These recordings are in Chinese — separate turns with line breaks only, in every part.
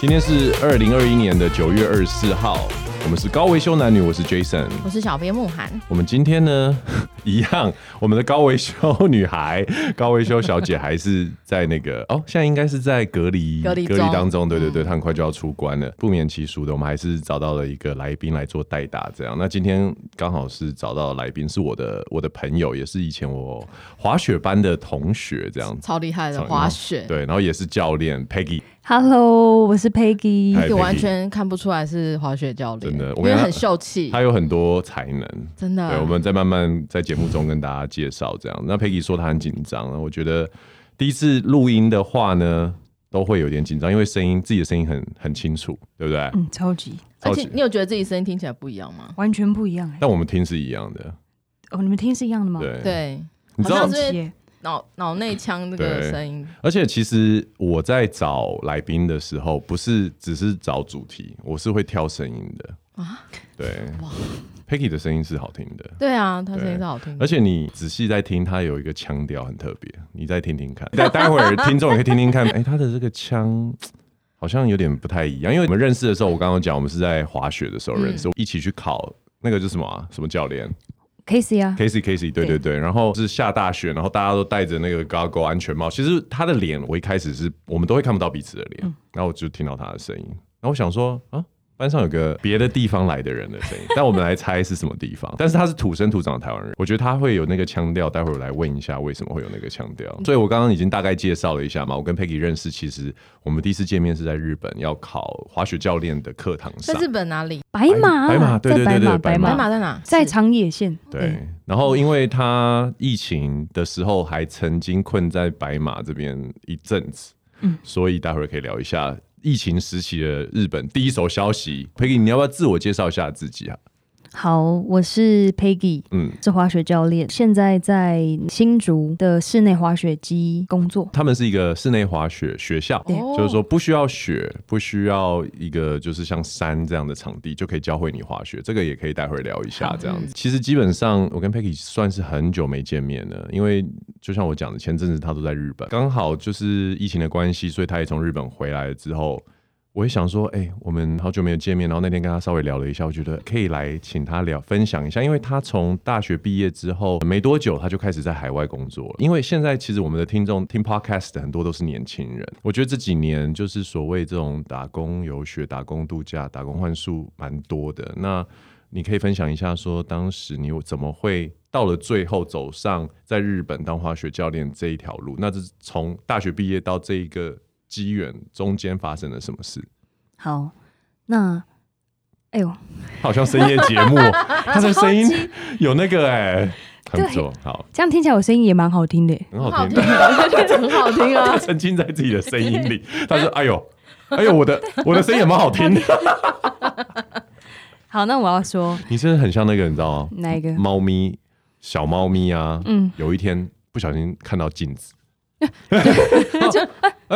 今天是二零二一年的九月二十四号，我们是高维修男女，我是 Jason。
我是小编慕寒，
我们今天呢， 一样，我们的高维修女孩、 高维修小姐还是在那个哦，现在应该是在隔离
隔离中嗯
当中，对对对，她很快就要出关了，不免其俗的，我们还是找到了一个来宾来做代打，这样。那今天刚好是找到的来宾是我的我的朋友，也是以前我滑雪班的同学，这样子。
超厉害的
常
滑雪，
对，然后也是教练 Peggy，
Hello，我是 Peggy。
嗨
我
Peggy
完全看不出来是滑雪教练，
真的我
因
跟
为
他
很秀气，
她有很多才能，
真
嗯
的。
对，我们再慢慢在节目中跟大家介绍这样。那 Peggy 说她很紧张，那我觉得第一次录音的话呢，都会有点紧张，因为声音自己的声音很很清楚，对不对？
嗯，超级
而且
超级
你有觉得自己声音听起来不一样吗？
完全不一样哎、
但我们听是一样的，
哦，你们听是一样的吗？，
对。
对，
你知道
好像是
是耶
脑脑内腔那个
对
声音，
而且其实我在找来宾的时候，不是只是找主题，我是会挑声音的啊。对，Peggy 的声音是好听的，
对啊，他声音
对
是好
嗯
听的
而。且你仔细在听，他有一个腔调很特别，你再听听看。待待会儿听众也可以听听看，哎、他的这个腔。好像有点不太一样，因为我们认识的时候，我刚刚讲我们是在滑雪的时候认识，一起去考那个叫什么、啊、什么教练
，Casey 啊，
Casey Casey，对对对，然后是下大雪，然后大家都戴着那个 goggle 安全帽，其实他的脸我一开始是我们都会看不到彼此的脸，然后我就听到他的声音，然后我想说啊。班上有个别的地方来的人的声音，但我们来猜是什么地方。但是他是土生土长的台湾人，我觉得他会有那个腔调。待会儿我来问一下为什么会有那个腔调。所以我刚刚已经大概介绍了一下嘛，我跟 Peggy 认识，其实我们第一次见面是在日本要考滑雪教练的课堂
在
上。
日本哪里？
白马，啊
白马对对
在白
对对
马，
白马
白
马
马在哪？
在
是
长野县。
对，，然后因为他疫情的时候还曾经困在白马这边一阵子，
嗯
所以待会儿可以聊一下疫情时期的日本第一手消息。Peggy，你要不要自我介绍一下自己啊？
好，我是 Peggy，
嗯，
是滑雪教练，现在在新竹的室内滑雪机工作。
他们是一个室内滑雪学校，
对
哦
就是说不需要雪，不需要一个就是像山这样的场地就可以教会你滑雪，这个也可以待会儿聊一下这样子。其实基本上我跟 Peggy 算是很久没见面了，因为就像我讲的，前阵子他都在日本，刚好就是疫情的关系，所以他也从日本回来之后。我也想说，哎、我们好久没有见面，然后那天跟他稍微聊了一下，我觉得可以来请他聊分享一下，因为他从大学毕业之后没多久，他就开始在海外工作了。因为现在其实我们的听众听 podcast 的很多都是年轻人，我觉得这几年就是所谓这种打工游学、打工度假、打工换宿蛮多的。那你可以分享一下，说当时你有怎么会到了最后走上在日本当滑雪教练这一条路？那这是从大学毕业到这一个机缘中间发生了什么事？
好，那，哎呦，
他好像深夜节目 哦，他的声音有那个哎、很不错，好，
这样听起来我声音也蛮好听的耶。
很
很
好
好
听
听。啊，我觉得 很好听啊
他。沉浸在自己的声音里，他说：“哎呦，哎呦，我的我的声音也蛮好听的。
好，那我要说”
你真的很像那个，你知道吗？
哪一个？
猫咪，小猫咪啊，
嗯，
有一天不小心看到镜 子， 哎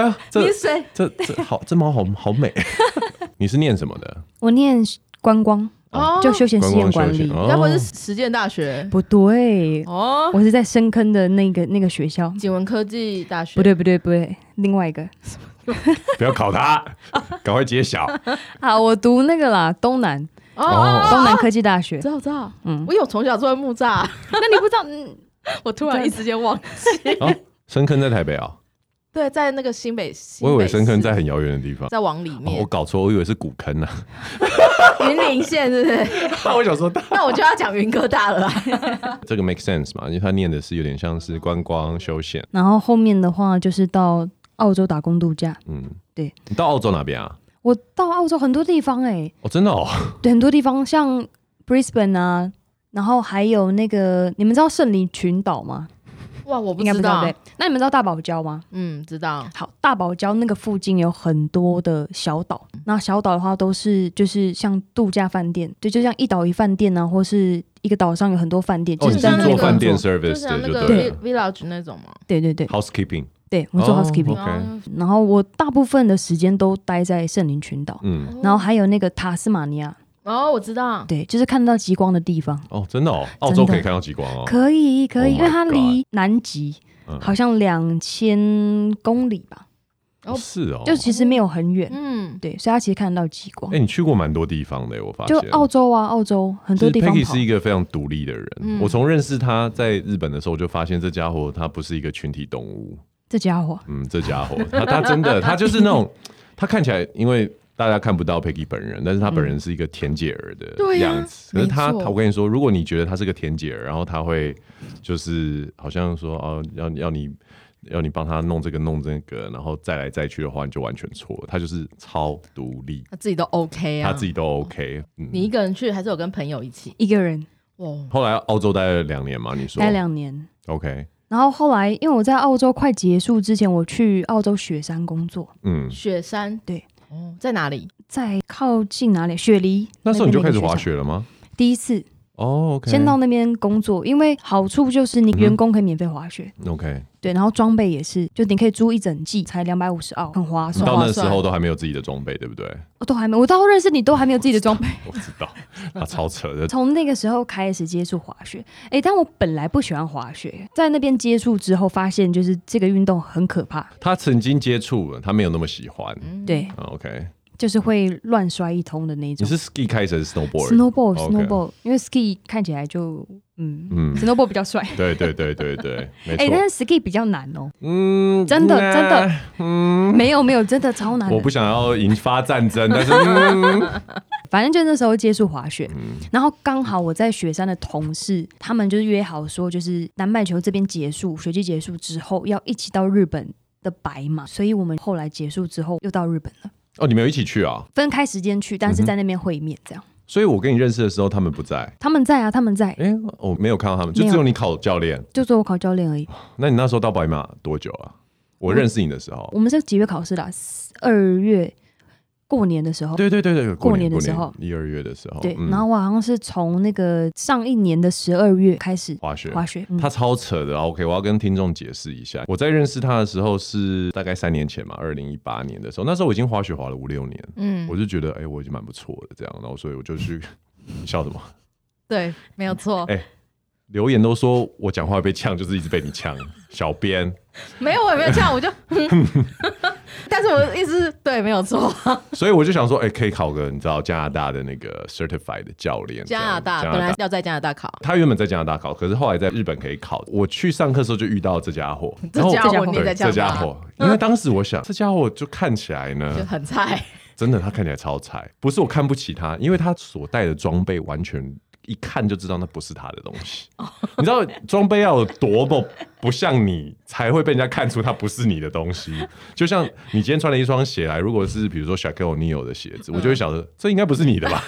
呀，这
啊你谁？
这这好，这猫好好美。 你是念什么的？
我念观光，
哦，
就休闲
观
实
光
验
休
管
闲
理。
该不会
哦
是，实践大学？
不对，
哦，
我是在深坑的那个那个学校。
景文科技大学。
不，对不对不对，另外一个。
不要考它， 赶快揭晓。
好，啊我读那个啦，东南
哦哦，
东南科技大学
知。道知道。
嗯，
我有从小住在木栅，
那你不知道？嗯，
我突然一时间忘记。
哦，深坑在台北啊，
对，在那个新北，新
我以为
北
深坑
市
在很遥远的地方。
在往里
哦我
面，
搞错，我以为是古坑啊呢、
云林县是不是？
啊。 我想 说，
那我就要讲云科大了啦。
这个 make sense 嘛，因为他念的是有点像是观光休闲。
然后后面的话就是到澳洲打工度假。
嗯，
对。
你到澳洲哪边啊？
我到澳洲很多地方哎、
哦，真的哦，
对，很多地方像 Brisbane 啊，然后还有那个你们知道圣里群岛吗？
哇，我不
应该不
知
知道
道
对。。那你们知道大堡礁吗？
嗯，知道。
好，大堡礁那个附近有很多的小岛，那小岛的话都是就是像度假饭店，对，就像一岛一饭店啊，或是一个岛上有很多饭店，
哦，
是
你
在
像
是
那里
做
个
饭
工
店
作。
就
service
像那
的，就
个
对了
vi- village 那种嘛。
对对对，
，housekeeping，
对我做
哦
housekeeping，、
OK
然后
然后我大部分的时间都待在圣林群岛，
嗯，
然后还有那个塔斯马尼亚，
哦哦，我知道。
对，就是看得到极光的地方，
哦，真的哦，澳洲
真的
可以看到极光哦，
可以可以
Oh my
因为它离南极
嗯
好像两千公里吧，
哦
是哦，
就其实没有很远，
嗯，
对，所以他其实看得到极光
哎、。你去过蛮多地方的耶，我发
就
现。
澳洲啊，澳洲很
其
多
实
地方
Peggy
跑
是，一个非常独立的人。
嗯
我从认识他在日本的时候，我就发现这家伙他不是一个群体动物。
这家伙
嗯，这家伙，他他真的，他就是那种，他看起来，因为大家看不到 Peggy 本人，但是他本
嗯
人是一个田姐儿的
对
啊
呀
样子。可是他，
没错
他我跟你说，如果你觉得他是个田姐儿，然后他会就是好像说哦，要要你要你帮他弄这个弄这个，然后再来再去的话，你就完全错了。他就是超独立，
他自己都 OK 啊，
他自己都
哦
OK。
你
嗯，
一个人去还是有跟朋友一起？
一个人
哇，
后来澳洲待了两年嘛，你说
待两年，
OK，
然后后来因为我在澳洲快结束之前，我去澳洲雪山工作，
嗯，
雪山
对，
哦，在哪里？
在靠近哪里雪梨
那时候你就
边
开
的
始
一个
滑
山，
雪了吗？
第一次
哦，OK，
先到那边工作，因为好处就是你
嗯哼
员工可以免费滑
嗯
雪，
OK，
对，然后装备也是，就你可以租一整季，才两百五十澳，很划
你
算。
到
划
那时
算
候都还没有自己的装备，对不对？
我都还没，我到认识你都还没有自己 的装备。
我知道，他超扯的。
从那个时候开始接触滑雪，诶，但我本来不喜欢滑雪，在那边接触之后，发现就是这个运动很可怕，
他曾经接触了，他没有那么喜欢。
嗯，
对，
啊 OK，
就是会乱摔一通的那
你
种。
是 ski 开始还是 snowboard？
snowboard
OK
snowboard，、因为 ski 看起来就嗯
嗯
s，n o w b o a r d 比较帅。
对对对对对，没
诶，
错。
但是 ski 比较难哦，
嗯，
哎真的
那
真的，
嗯，
没有没有，真的超难的
我不想要引发战争，但是嗯
反正就那时候接触滑雪，
嗯
然后刚好我在雪山的同事，他们就是约好说，就是南半球这边结束，雪季结束之后要一起到日本的白马，所以我们后来结束之后又到日本了，
哦，你们有一起去啊？
分开时间去，
嗯
但是在那边会面这样。
所以我跟你认识的时候，他们不在。
他们在啊，他们在，
哎，我没有看到他们，就
没有
只有你考教练。
就做我考教练而已。
那你那时候到白马多久啊？我认识你的时候，
我们是几月考试的啊、二月过年的时候。
对对对对，
过
年
年的
过
时候
一二月的时候，
对，
嗯
然后我好像是从那个上一年的十二月开始
滑雪，
滑雪，嗯
哦他超扯的啊！OK，我要跟听众解释一下，我在认识他的时候是大概三年前嘛，二零一八年的时候，那时候我已经滑雪滑了五六年，
嗯
我，就觉得哎、我已经蛮不错的这样，然后所以我就去 你笑什么？
对，没有错
哎，留言都说我讲话被呛，就是一直被你 呛，小编。
没有，我也没有这样，我 就， 但是我的意思是，对，没有错，
所以我就想说，哎、可以考个你知道加拿大的那个 certified 的教练这
加
样，
拿大本来要在加拿大考，
他原本在加拿大考，可是后来在日本可以考。我去上课的时候就遇到这家伙，然后
这家
对
伙
你也在呛
这
他
家伙，因为当时我想，这家伙就看起来呢
就，很菜，
真的他看起来超菜，不是我看不起他，因为他所带的装备完全。一看就知道那不是他的东西，
哦
你知道装备要有多么不像你，才会被人家看出它不是你的东西。就像你今天穿了一双鞋来，如果是比如说 Shaquille O'Neal 的鞋子，
嗯
我就会想着这应该不是你 的吧，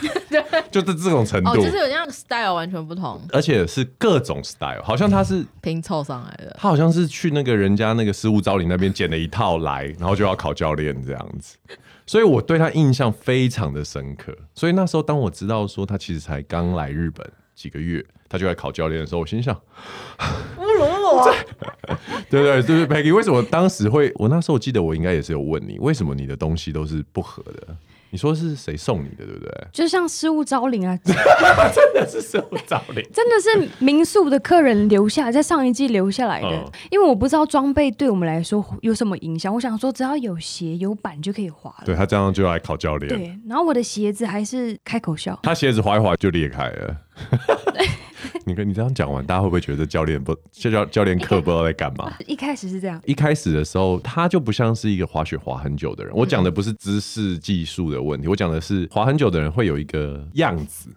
就是这种程
哦，
度，
就是有这样 style 完全不同，
而且是各种 style，好像他是
拼凑上来的，
他好像是去那个人家那个失物招领那边捡了一套来，然后就要考教练这样子，所以我对他印象非常的深刻。所以那时候当我知道说他其实才刚来日本几个月，他就来考教练的时候，我心想，
侮辱我，
对对对对，Peggy，为什么当时会？我那时候记得我应该也是有问你，为什么你的东西都是不合的？你说是谁送你的，对不对？
就像失物招领啊，
那是失物招领。
真的是民宿的客人留下，在上一季留下来的，
嗯
因为我不知道装备对我们来说有什么影响。我想说，只要有鞋有板就可以滑了。
对他这样就来考教练，
对，然后我的鞋子还是开口笑，
他鞋子滑一滑就裂开 了。你跟你这样讲完，大家会不会觉得教练不教教教练课不知道在干嘛？
一开始是这样，
一开始的时候，他就不像是一个滑雪滑很久的人。我讲的不是姿势技术的问题，我讲的是滑很久的人会有一个样子，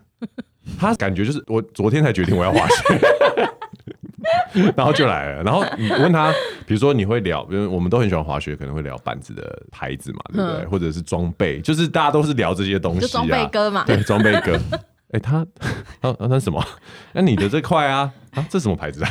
他感觉就是我昨天才决定我要滑雪。 然后就来了，然后你问他，比如说你会聊，比如我们都很喜欢滑雪，可能会聊板子的牌子嘛，对不对？
嗯
或者是装备，就是大家都是聊这些东西、啊。
就装备哥嘛，
对，装备哥。 哎、他他他那什么？ 那你的这块啊啊，这什么牌子啊？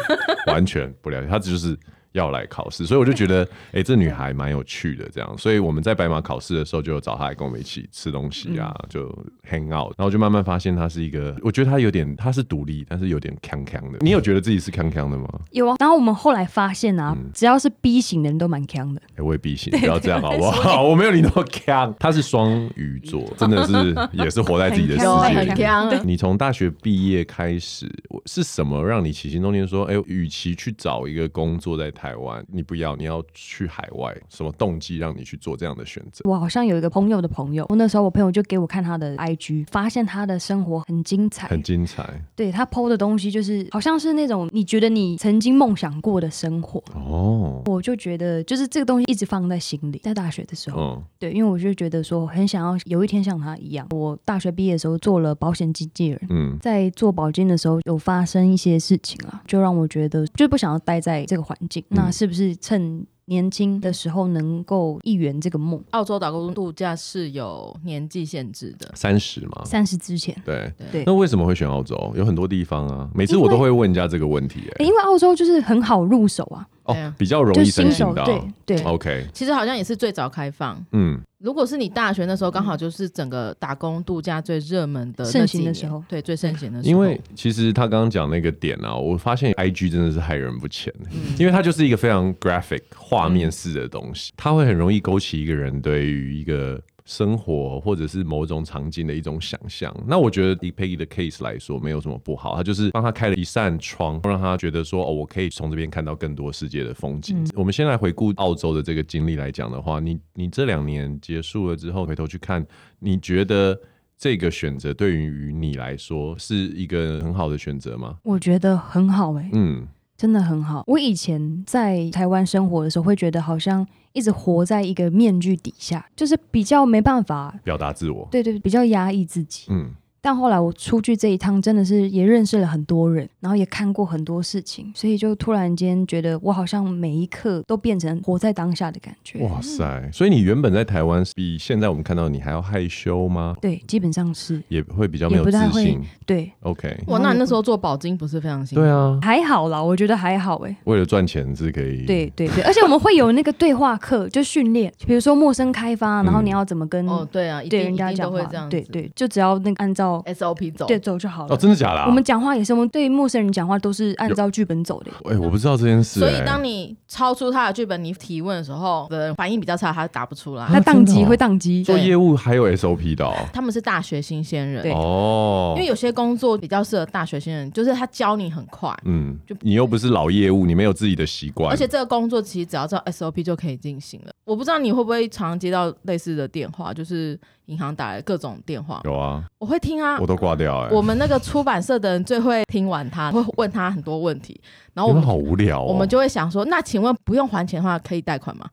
完全不了解，他就是要来考试，所以我就觉得，哎、这女孩蛮有趣的，这样。所以我们在白马考试的时候，就有找她来跟我们一起吃东西啊，就 hang out。然后就慢慢发现她是一个，我觉得她有点，她是独立，但是有点康康的。你有觉得自己是康康的吗？
有啊。然后我们后来发现啊，
嗯
只要是 B 型的人都蛮强的，
哎、我也必行，不要这样好不好？我没有你那么康。她是双鱼座，真的是也是活在自己的世
有啊
界
很
里面。
强，
你从大学毕业开始，我是什么让你起心动念说，哎、与其去找一个工作在台台湾，你不要，你要去海外，什么动机让你去做这样的选择？
我好像有一个朋友的朋友，我那时候我朋友就给我看他的 IG，发现他的生活很精彩，
很精彩
对他 PO 的东西就是好像是那种你觉得你曾经梦想过的生活，
哦，
我就觉得就是这个东西一直放在心里，在大学的时候，
嗯，
对，因为我就觉得说很想要有一天像他一样，我大学毕业的时候做了保险经纪人。
嗯，
在做保健的时候，有发生一些事情啊，就让我觉得就不想要待在这个环境。
嗯
那是不是趁年轻的时候能够一圆这个梦？
哦
澳洲打工度假是有年纪限制的，
三十嘛，
三十之前，
对。
对
那为什么会选澳洲？有很多地方啊，每次我
因为
都会问人家这个问题、
诶因为澳洲就是很好入手啊，
哎、
对
哦
啊，
比较容
就
易
是
申
新
请
手
到。哦
对对。
OK，
其实好像也是最早开放。
嗯，
如果是你大学那时候，刚好就是整个打工度假最热门的那
盛行的
几年
时候
对，最盛行的时候。
因为其实他刚刚讲那个点啊，我发现 I G 真的是害人不浅，
嗯
因为它就是一个非常 graphic 画面式的东西，它会很容易勾起一个人对于一个。生活或者是某种场景的一种想象，那我觉得以 Peggy 的 case 来说，没有什么不好，他就是帮他开了一扇窗，让他觉得说，哦，我可以从这边看到更多世界的风景。
嗯
我们先来回顾澳洲的这个经历来讲的话，你你这两年结束了之后，回头去看，你觉得这个选择对于你来说是一个很好的选择吗？
我觉得很好哎、
嗯，
真的很好。我以前在台湾生活的时候，会觉得好像一直活在一个面具底下，就是比较没办法，
表达自我。
对对，比较压抑自己。
嗯，
但后来我出去这一趟，真的是也认识了很多人，然后也看过很多事情，所以就突然间觉得我好像每一刻都变成活在当下的感觉。
哇塞！所以你原本在台湾比现在我们看到你还要害羞吗？
对，基本上是
也会比较没有
也不太
自
会
信。
对，
OK，
哇，那你那时候做保金不是非常辛苦？
对啊，
还好啦，我觉得还好哎、
为了赚钱是可以。
对对对，而且我们会有那个对话课，就训练，比如说陌生开发，
嗯
然后你要怎么跟
哦，对啊，一
对
定
人家
一定
讲
都会
话
这样，子。哎
对对，就只要那个按照
SOP 走。
对走就好了。
哦，真的假的啊、
我们讲话也是，我们对陌生人讲话都是按照剧本走的。
哎、我不知道这件事、
所
哎，
以当你超出他的剧本，你提问的时候的人反应比较差，他答不出来。
他宕
真的
机
哦
会宕机，
做业务还有 SOP 的哦。
他们是大学新鲜人
对，
哦
因为有些工作比较适合大学新人，就是他教你很快，
嗯
就，
你又不是老业务，你没有自己的习惯，
而且这个工作其实只要照 SOP 就可以进行了。我不知道你会不会常接到类似的电话，就是银行打来各种电话，
有啊，
我会听啊
我。都挂掉哎、
我们那个出版社的人最会听完他，会问他很多问题，然
你
后我
们
们
好无聊哦。
我们就会想说，那请问不用还钱的话，可以贷 款吗？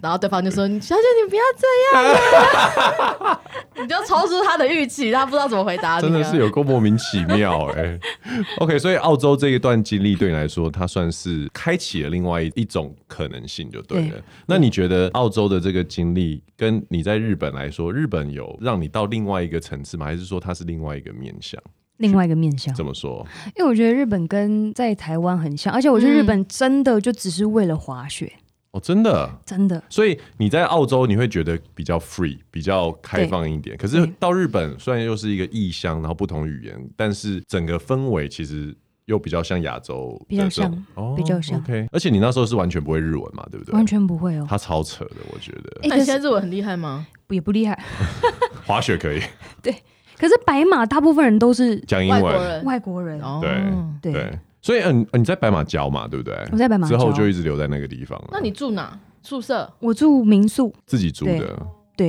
然后对方就说：“小姐，你不要这样、啊，你 就超出他的预期，他不知道怎么回答你、啊。”
真的是有够莫名其 妙哎、OK，所以澳洲这一段经历对你来说，它算是开启了另外一种可能性，就对了。
对
那你觉得澳洲的这个经历跟你在日本来说，日本有让你到另外一个层次吗？还是说它是另外一个面向？
另外一个面向。
怎么说？
因为我觉得日本跟在台湾很像，而且我去日
嗯
本真的就只是为了滑雪，
哦，真的。
真的。
所以你在澳洲，你会觉得比较 free，比较开放一点。可是
对
到日本，虽然又是一个异乡，然后不同语言，但是整个氛围其实又比较像亚洲的
比较
这种，
像
哦
比较像
OK，而且你那时候是完全不会日文嘛，对不对？
完全不会哦，
他超扯的，我觉得
哎
那
可
你现在
是
日文很厉害吗？
也不厉害。
滑雪可以
可是白马大部分人都是
讲英
外国
文，
人
外国人，
哦
对
对，
对。所以，嗯，你在白马教嘛，对不对？
我在白马
之后
礁
就一直留在那个地方了。
那你住哪？宿舍？
我住民宿，
自己租的，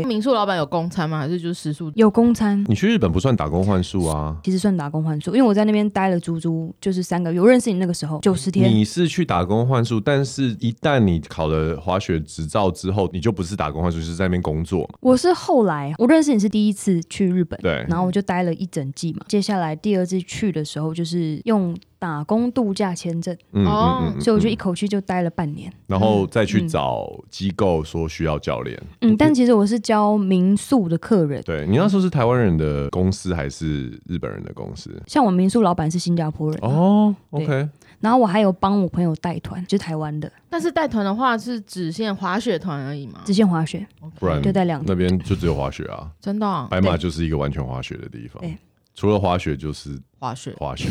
民宿老板有公餐吗？还是就是食宿？
有公餐，
你去日本不算打工换宿啊？
其实算打工换宿，因为我在那边待了足足就是三个月。我认识你那个时候九十天，
你是去打工换宿，但是一旦你考了滑雪执照之后，你就不是打工换宿，是在那边工作嘛。
我是后来我认识你是第一次去日本，
对
然后我就待了一整季嘛。接下来第二次去的时候，就是用打工度假签证，
嗯
哦
所以我就
嗯
一口气就待了半年。
然后再去找机构说需要教练。
嗯，但其实我是教民宿的客人，
对你那时候是台湾人的公司还是日本人的公司？
像我民宿老板是新加坡人，
哦
对
，OK，
然后我还有帮我朋友带团，就是台湾的
但是带团的话是只限滑雪团而已
啊
嘛？
直线滑雪，
不然
就带两
那边就只有滑雪啊，
真的啊、
白马就是一个完全滑雪的地方
对，
除了滑雪就是
滑雪
滑雪。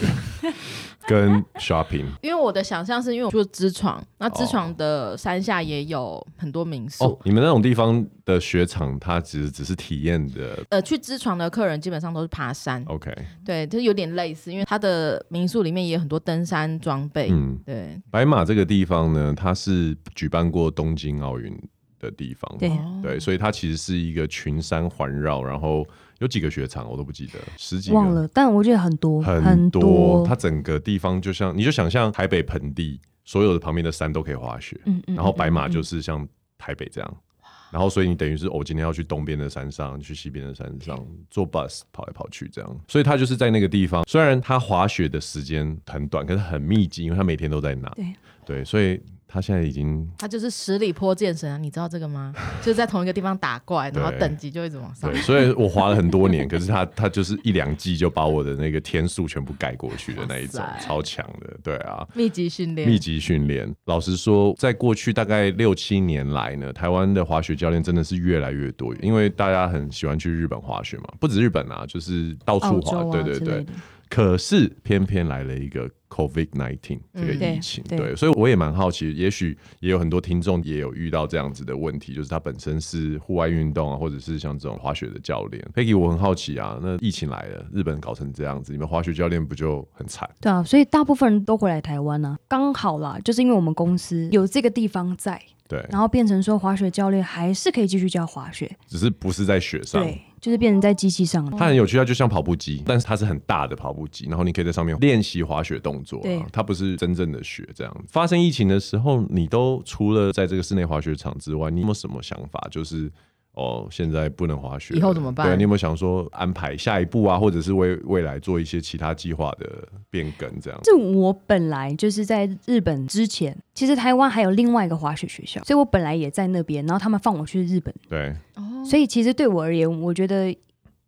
跟 shopping
因为我的想象是因为我住知床，那知
哦
床的山下也有很多民宿。
哦，你们那种地方的雪场，它只是只是体验的。
呃，去知床的客人基本上都是爬山，
OK，
对，就有点类似，因为它的民宿里面也有很多登山装备，
嗯，
对，
白马这个地方呢，它是举办过东京奥运的地方，
对
哦
对，所以它其实是一个群山环绕，然后有几个雪场我都不记得，十几个，
忘了，但我觉得很多
很
多，
它整个地方就像你就想象台北盆地，所有的旁边的山都可以滑雪，
嗯嗯
然后白马就是像台北这样。然后，所以你等于是，我、哦、今天要去东边的山上，去西边的山上，坐 bus 跑来跑去这样。所以他就是在那个地方，虽然他滑雪的时间很短，可是很密集，因为他每天都在那。
对
对，所以他现在 已经
它就是十里坡健身啊，你知道这 个吗？就是在同一个地方打怪，然后
对
等级就一直往上
对，。所以我滑了很多年，可是他他就是一两季就把我的那个天数全部盖过去的那一种
哇，塞
超强的，对啊。
密集训练，
密集训练。老实说，在过去大概六七年来呢，台湾的滑雪教练真的是越来越多，因为大家很喜欢去日本滑雪嘛，不止日本啊，就是到处
澳
滑。
洲啊
对对
之类
对
的。，
可是偏偏来了一个 COVID nineteen 这个疫情，
嗯对对
对，所以我也蛮好奇，也许也有很多听众也有遇到这样子的问题，就是他本身是户外运动啊，或者是像这种滑雪的教练。Peggy，我很好奇啊，那疫情来了，日本搞成这样子，你们滑雪教练不就很惨？
对啊，所以大部分人都回来台湾啊，刚好啦，就是因为我们公司有这个地方在，
对，
然后变成说滑雪教练还是可以继续教滑雪，
只是不是在啊嗯雪上。
对，就是变成在机器上了。
它很有趣，它就像跑步机，但是它是很大的跑步机，然后你可以在上面练习滑雪动作、
对
啊，它不是真正的雪这样。发生疫情的时候，你都除了在这个室内滑雪场之外，你有没有什么想法？就是哦，现在不能滑雪了，
以后怎么办
对，你有没有想说安排下一步啊，或者是为未来做一些其他计划的变更这样？
这我本来就是在日本之前，其实台湾还有另外一个滑雪学校，所以我本来也在那边，然后他们放我去日本，
对，
哦，
所以其实对我而言，我觉得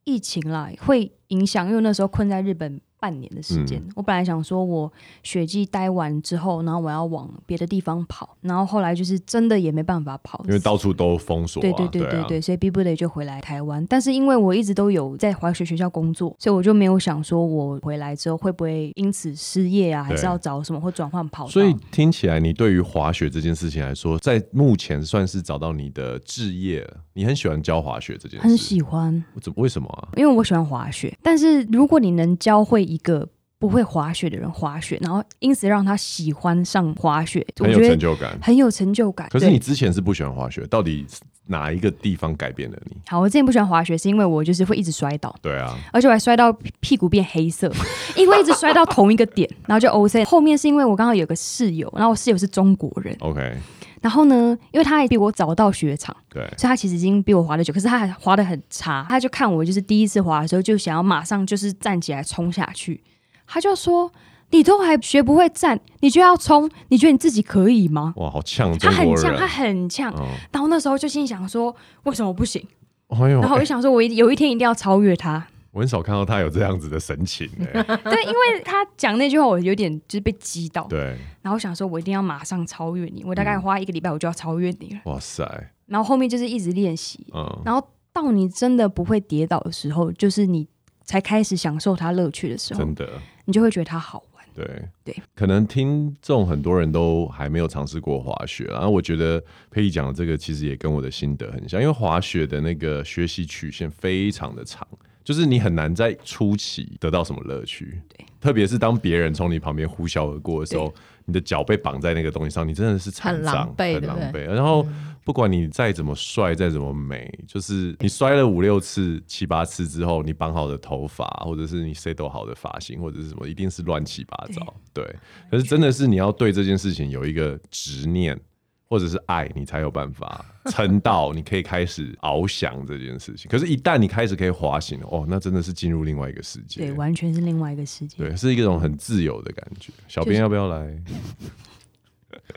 疫情啦会影响，因为那时候困在日本半年的时间。
嗯
我本来想说我雪季待完之后，然后我要往别的地方跑，然后后来就是真的也没办法跑，
因为到处都封锁、啊，
对对对对
啊
对，所以逼不得已就回来台湾。但是因为我一直都有在滑雪学校工作，所以我就没有想说我回来之后会不会因此失业啊，还是
对
要找什么或转换跑道。
所以听起来，你对于滑雪这件事情来说，在目前算是找到你的置业了。你很喜欢教滑雪这件事，
很喜欢，
我怎么为什么啊？
因为我喜欢滑雪。但是如果你能教会一个不会滑雪的人滑雪，然后因此让他喜欢上滑雪，我
很有
觉
成
得
就 感。
很有成就感。
可是你
对
之前是不喜欢滑雪，到底哪一个地方改变了你？
好，我之前不喜欢滑雪，是因为我就是会一直摔倒。
对啊，
而且我还摔到屁屁股变 黑色，因为一直摔到同一个点，然后就 O C。后面是因为我刚好有个室友，然后我室友是中国人，
OK，
然后呢，因为他还比我早到雪场，
对，
所以他其实已经比我滑的久，可是他还滑的很差。他就看我就是第一次滑的时候，就想要马上就是站起来冲下去，他就说：“你都还学不会站，你就要冲，你觉得你自己可以吗
哇，好呛？”
他
中
很
国
呛，
人
他。很呛。
啊嗯，
然后那时候就心想说：“为什么 不行？”
哎呦，
然后
哎
我就想说：“我一有一天一定要超越他。”
我很少看到他有这样子的神情 欸
对，因为他讲那句话，我有点就是被激到，
对，嗯
然后我想说，我一定要马上超越你，我大概花一个礼拜我就要超越你了。
哇塞，
然后后面就是一直练习，
嗯，
然后到你真的不会跌倒的时候，就是你才开始享受它乐趣的时候
真，的，
你就会觉得它好玩。
对
对，
可能听众很多人都还没有尝试过滑雪，然后我觉得佩仪讲的这个其实也跟我的心得很像，因为滑雪的那个学习曲线非常的长，就是你很难在初期得到什么乐趣，对，特别是当别人从你旁边呼啸而过的时候，你的脚被绑在那个东西上，你真的是残
很
障
狼狈
很
对不嗯
狼
对
狈。然后不管你再怎么帅，再怎么美，就是你摔了五六次、七八次之后，你绑好的头发，或者是你 set 好的发型，或者是什么，一定是乱七八糟。对，可是真的是你要对这件事情有一个执念。或者是爱，你才有办法撑到，你可以开始翱翔这件事情。可是，一旦你开始可以滑行，哦，那真的是进入另外一个世界。
对，完全是另外一个世界。
对，是一种很自由的感觉。小
就
编
是
要不要来？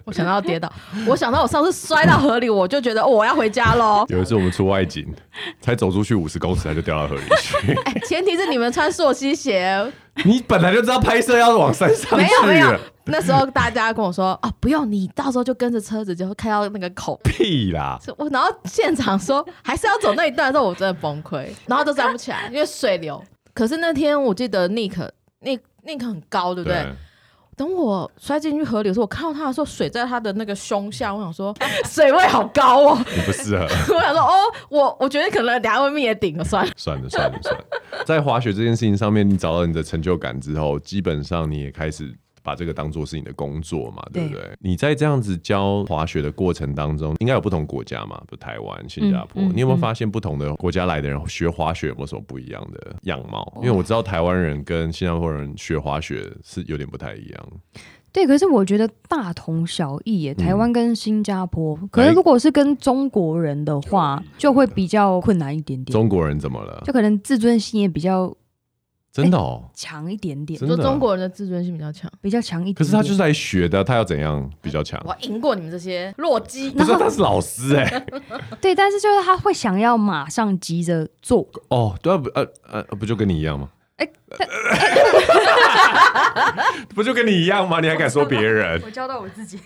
我想到跌倒， 我想到我上次摔到河里，我就觉得、哦我要回家 喽。
有一次我们出外景，才走出去五十公尺，他就掉到河里 去。
哎，前提是你们穿溯溪鞋，
你本来就知道拍摄要往山上
没有
去
没有
了，。
那时候大家跟我说啊，不用你，到时候就跟着车子就会开到那个 口。
屁啦！
是我然后现场说还是要走那一段的时候，我真的崩溃，然后都站不起来，因为水流。可是那天我记得 Nick Nick Nick 很高，对不对？等我摔进去河里的时候，我看到他的时候，水在他的那个胸下，我想说水位好高哦，
你不适合。
我想说哦，我我觉得可能等下会灭顶了，算了。
算了算了 算了，在滑雪这件事情上面，你找到你的成就感之后，基本上你也开始把这个当做是你的工作嘛，对不对？你在这样子教滑雪的过程当中，应该有不同国家嘛，比如台湾、新加坡，
嗯嗯
你有没有发现不同的国家来的人学滑雪有没有什么不一样的样貌？因为我知道台湾人跟新加坡人学滑雪是有点不太一样，
对，可是我觉得大同小异耶，台
嗯
湾跟新加坡。可是
哎
如果是跟中国人的话，就会比较困难一点点，
中国人怎么了？
就可能自尊心也比较
真的哦。
强一点点
真，
你
的
说
啊
哎中国人的嗯自尊心比较强，
比较强一点点。
可是他就是来学的，他要怎样比较强？
我要赢过你们这些弱鸡。
不是，他是老师哎、
对，但是就是他会想要马上急着做，
哦，对啊，不呃呃，不就跟你一样吗？
哎
不就跟你一样吗？你还敢说别人？
我教到我自己。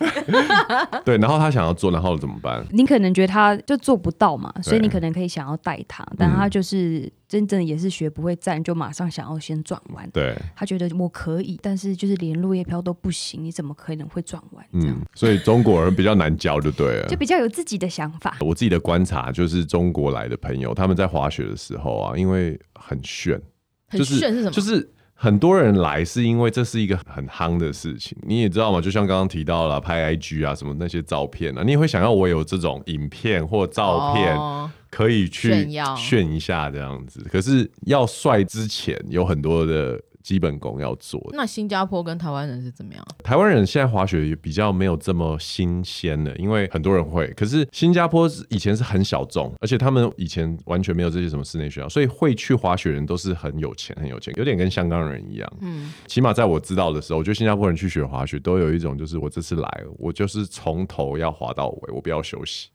对，然后他想要做，然后怎么办？
你可能觉得他就做不到嘛，所以你可能可以想要带他，
嗯
但他就是真正也是学不会站，就马上想要先转弯。
对，
他觉得我可以，但是就是连落叶飘都不行，你怎么可能会转弯？这样、
嗯，所以中国人比较难教，就对了
就。比较有自己的想法。
我自己的观察就是，中国来的朋友他们在滑雪的时候啊，因为很炫，
很炫是什么？
就是很多人来是因为这是一个很夯的事情，你也知道嘛，就像刚刚提到了拍 IG 啊什么那些照片啊，你也会想要我有这种影片或照片，
哦
可以去
炫耀
炫一下这样子。可是要帅之前有很多的基本功要做。
那新加坡跟台湾人是怎么样？
台湾人现在滑雪也比较没有这么新鲜了，因为很多人会。可是新加坡是以前是很小众，而且他们以前完全没有这些什么室内学校，所以会去滑雪的人都是很有钱，很有钱，有点跟香港人一样。
嗯，
起码在我知道的时候，我觉得新加坡人去学滑雪都有一种，就是我这次来，我就是从头要滑到尾，我不要休息。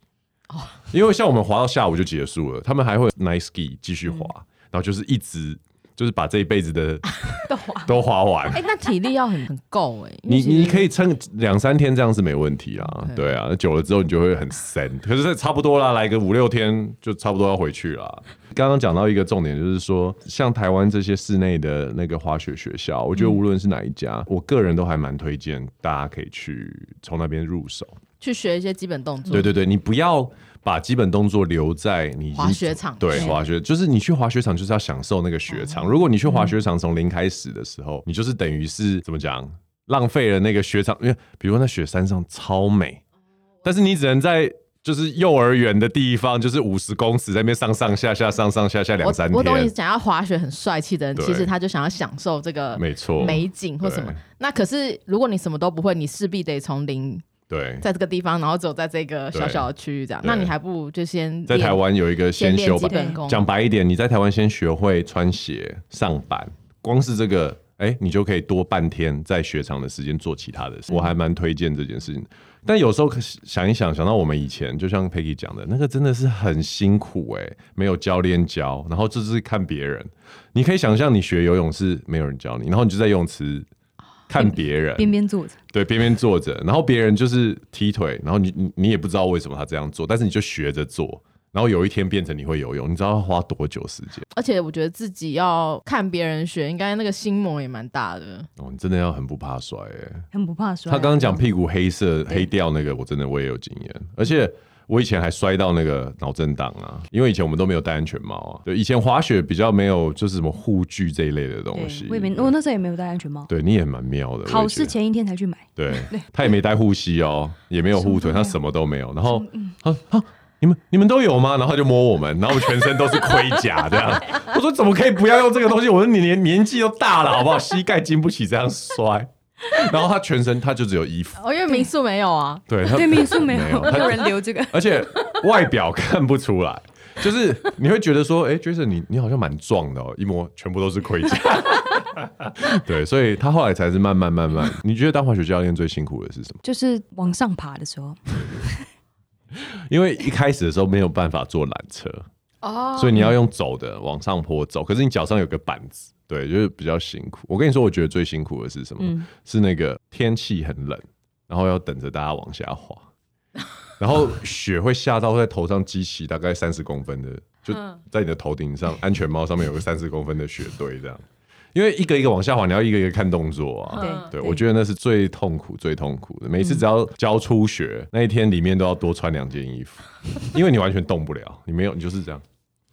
因为像我们滑到下午就结束了，他们还会 nice ski 继续滑，然后就是一直就是把这一辈子的
都滑
都滑完。
哎、那体力要很很够哎、因为
你
其实
你可以撑两三天这样是没问题啦，
OK
对啊，久了之后你就会很深，可是差不多啦，来个五六天就差不多要回去啦。 刚刚讲到一个重点，就是说像台湾这些室内的那个滑雪学校，我觉得无论是哪一家，我个人都还蛮推荐大家可以去从那边入手。
去学一些基本动作。
对对对，你不要把基本动作留在你已经
滑雪场
对
是
滑雪就是你去滑雪场就是要享受那个雪
嗯
场。如果你去滑雪场从零开始的时候，你就是等于是怎么讲，浪费了那个雪场，因为比如说那雪山上超美，
哦
但是你只能在。就是幼儿园的地方，就是五十公尺在那边上上下下、上上下下两
我
三
我懂你
天，
想要滑雪很帅气的人，
对
其实他就想要享受这个
没错，
美景或什么
对。
那可是如果你什么都不会，你势必得从零
对，
在这个地方，然后走在这个
对
小小的区域这样。
对
那你还不如就先
在
练
台湾有一个
先
先
练
修
基
吧，
本功。
讲白一点，你在台湾先学会穿鞋上板，光是这个，哎、你就可以多半天在雪场的时间做其他的事。我还蛮推荐这件事情的。但有时候可想一想，想到我们以前，就像 Peggy 讲的，那个真的是很辛苦哎、没有教练教，然后就是看别人。你可以想象，你学游泳是没有人教你，然后你就在游泳池看别人，
边边坐着，
对，边边坐着，然后别人就是踢腿，然后你你你也不知道为什么他这样做，但是你就学着做，然后有一天变成你会游泳，你知道要花多久时间？
而且我觉得自己要看别人学，应该那个心魔也蛮大的。
哦，你真的要很不怕摔哎、
很不怕摔啊。
他刚刚讲屁股黑色黑掉那个，我真的我也有经验，而且。我以前还摔到那个脑震荡啊，因为以前我们都没有戴安全帽啊。对，以前滑雪比较没有就是什么护具这一类的东西
对，。我也没，我那时候也没有戴安全帽，
对，你也蛮妙的。我
考
也觉
试
得
前一天才去 买。
对，他也没带护膝哦，也没有护腿，
什么都没有
他什么都没有。然后他说啊，你们你们都有吗？然后他就摸我们，然后我们全身都是盔甲这 样。我说怎么可以不要用这个东西？我说你连年纪都大了好不好？膝盖经不起这样摔。然后他全身他就只有衣服，
哦，因为民宿没有啊，
对他
对，民宿没
没有
有，
他
没有人留这个。
而且外表看不出来，就是你会觉得说，哎、j a s o n 你你好像蛮壮的哦，一摸全部都是盔甲。 对，所以他后来才是慢慢慢慢。你觉得当滑雪教练最辛苦的是什么？
就是往上爬的时候，
因为一开始的时候没有办法坐缆车，
哦
所以你要用走的往上坡走，可是你脚上有个板子，对，就是比较辛苦。我跟你说，我觉得最辛苦的是什么？
嗯
是那个天气很冷，然后要等着大家往下滑，然后雪会下到在头上激起大概三十公分的，就在你的头顶上，安全帽上面有个三十公分的雪堆这样。因为一个一个往下滑，你要一个一个看动作啊。对，
对
我觉得那是最痛苦、最痛苦的。每次只要交初学那一天，里面都要多穿两件衣服，因为你完全动不了，你没有，你就是这样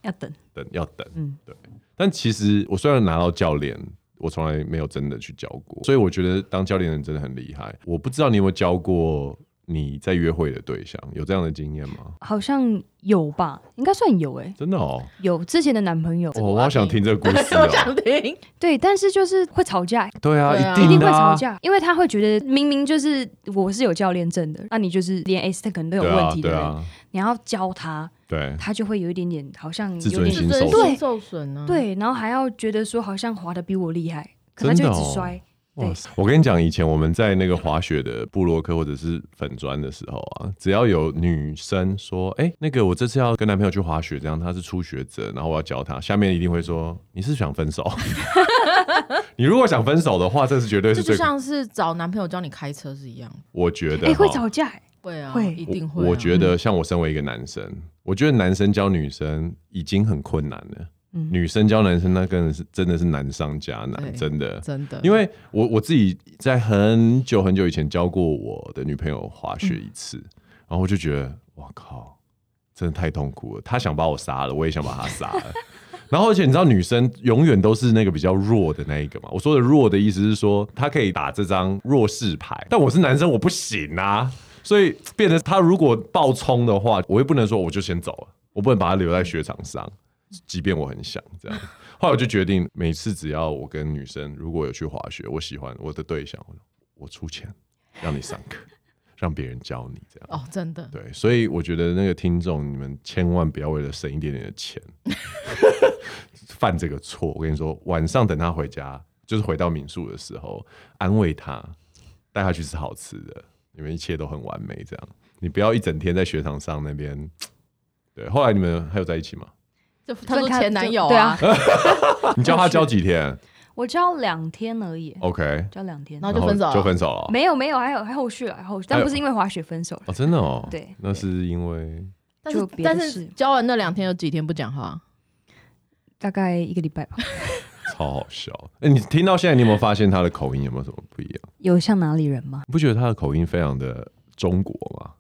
要等。
等，要等。
嗯
对。但其实我虽然拿到教练，我从来没有真的去教过，所以我觉得当教练的人真的很厉害。我不知道你有没有教过你在约会的对象，有这样的经验吗？
好像有吧，应该算有诶、
真的哦，
有之前的男朋友、
哦我好想听这个故 事
我想
哦。
听，
对，但是就是会吵架，
对啊，
对啊
定
一定会
的啊
吵架，因为他会觉得明明就是我是有教练证的，那、你就是连 S 他可能都有
对
问
啊，
题的
对
人，
啊，
你要教他，
对。
他就会有一点点好像
自
有
尊
点
心
自尊
受损
心受损啊呢？，
对，然后还要觉得说好像滑的比我厉害，可他
真的
就一直
哦
摔。
哇
对
塞！我跟你讲，以前我们在那个滑雪的布洛克或者是粉砖的时候啊，只要有女生说：“哎、那个我这次要跟男朋友去滑雪，这样他是初学者，然后我要教他。”下面一定会说：“你是想分手？ 你如果想分手的话，这是绝对
这
是
就
最……
像是找男朋友教你开车是一样的。
我觉得
哎、会
哈
吵架、欸，
会啊，
会
一
我
定会啊。
我觉得，像我身为一个男生，我觉得男生教女生已经很困难了，
嗯
女生教男生那更是真的是难上加
对
难，真的。
真的，
因为我我自己在很久很久以前教过我的女朋友滑雪一次，然后我就觉得，哇靠，真的太痛苦了。她想把我杀了，我也想把她杀了。 然后，而且你知道，女生永远都是那个比较弱的那一个嘛。我说的弱的意思是说，她可以打这张弱势牌，但我是男生，我不行啊。所以变得她如果爆冲的话，我又不能说我就先走了，我不能把她留在雪场上，即便我很想这样。后来我就决定，每次只要我跟女生如果有去滑雪，我喜欢我的对象，我我出钱让你上课，让别人教你这样。
哦，真的，
对，所以我觉得那个听众，你们千万不要为了省一点点的 钱犯这个错。我跟你说，晚上等他回家，就是回到民宿的时候，安慰他，带他去吃好吃的，你们一切都很完美。这样，你不要一整天在雪场上那边。对，后来你们还有在一 起吗？
就他说前男友
对啊，，
你教他教几天
我教两天而已，
？OK，
教两天，
然后就分手了
就分手了。
没有没有，还有还后续了，还后续，但
还有
不是因为滑雪分手了，
哦，真的哦，
对
那是因为
但是
就别的
但是
事
交完那两天有几天不讲话？
大概一个礼拜吧。
超好笑。哎、你听到现在，你有没有发现他的口音有没有什么不一样？
有像哪里人吗？
你不觉得他的口音非常的中国吗？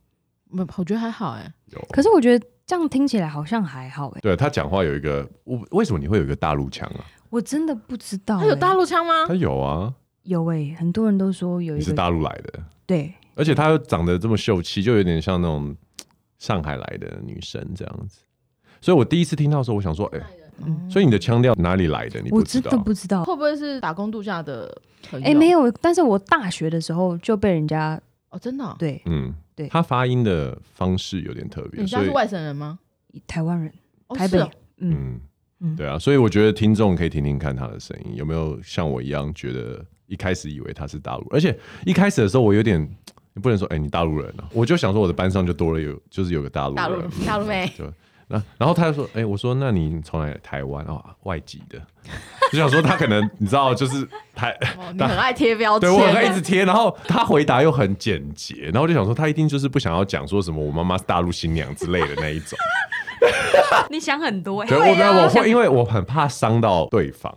没，我觉得还好哎，
有，
可是我觉得这样听起来好像还好哎、
对他讲话有一个，我为什么你会有一个大陆腔啊？
我真的不知道、
他有大
陆
陆腔吗
他？有啊，
有哎、很多人都说有
你
一
是
个
大陆来的，
对，
而且他又长得这么秀气，就有点像那种嘖上海来的女生这样子。所以我第一次听到的时候，我想说，哎、
嗯
所以你的腔调哪里来的？你
我
不知
真
道
的不知道。
会不会是打工度假的朋友？
哎、没有，但是我大学的时候就被人家
哦，真的哦，
对
嗯，
对
他发音的方式有点特别，
你家
所以
是外省人吗？
台湾人，
哦
台
是
北，
哦
嗯，
嗯，
嗯
对啊，所以我觉得听众可以听听看他的声音有没有像我一样觉得一开始以为他是大陆，而且一开始的时候我有点，你不能说哎、你大陆人啊，我就想说我的班上就多了有就是有个大陆
大
人
陆，大陆 妹，
那然后他就说哎、我说那你从哪里来？台湾哦，外籍的， 就想说他可能你知道就是台。
哦，你很爱贴标
对
签，
我很爱一直贴，然后他回答又很简洁，然后我就想说他一定就是不想要讲说什么我妈妈是大陆新娘之类的那一种。
你想很多哎、
对，我那我哦会，因为我很怕伤到对方。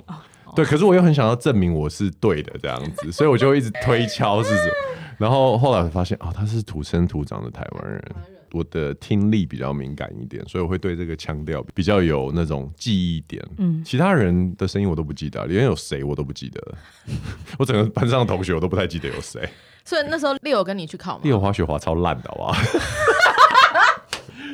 对，可是我又很想要证明我是对的这样子，所以我就一直推敲是什么。然后后来我发现，哦，他是土生土长的台湾人。我的听力比较敏感一点，所以我会对这个腔调比较有那种记忆点。嗯，其他人的声音我都不记得，连有谁我都不记得 了。我整个班上的同学我都不太记得有谁。
所以那时候六跟你去考
因
嘛，
为滑雪滑超烂的，好不 好？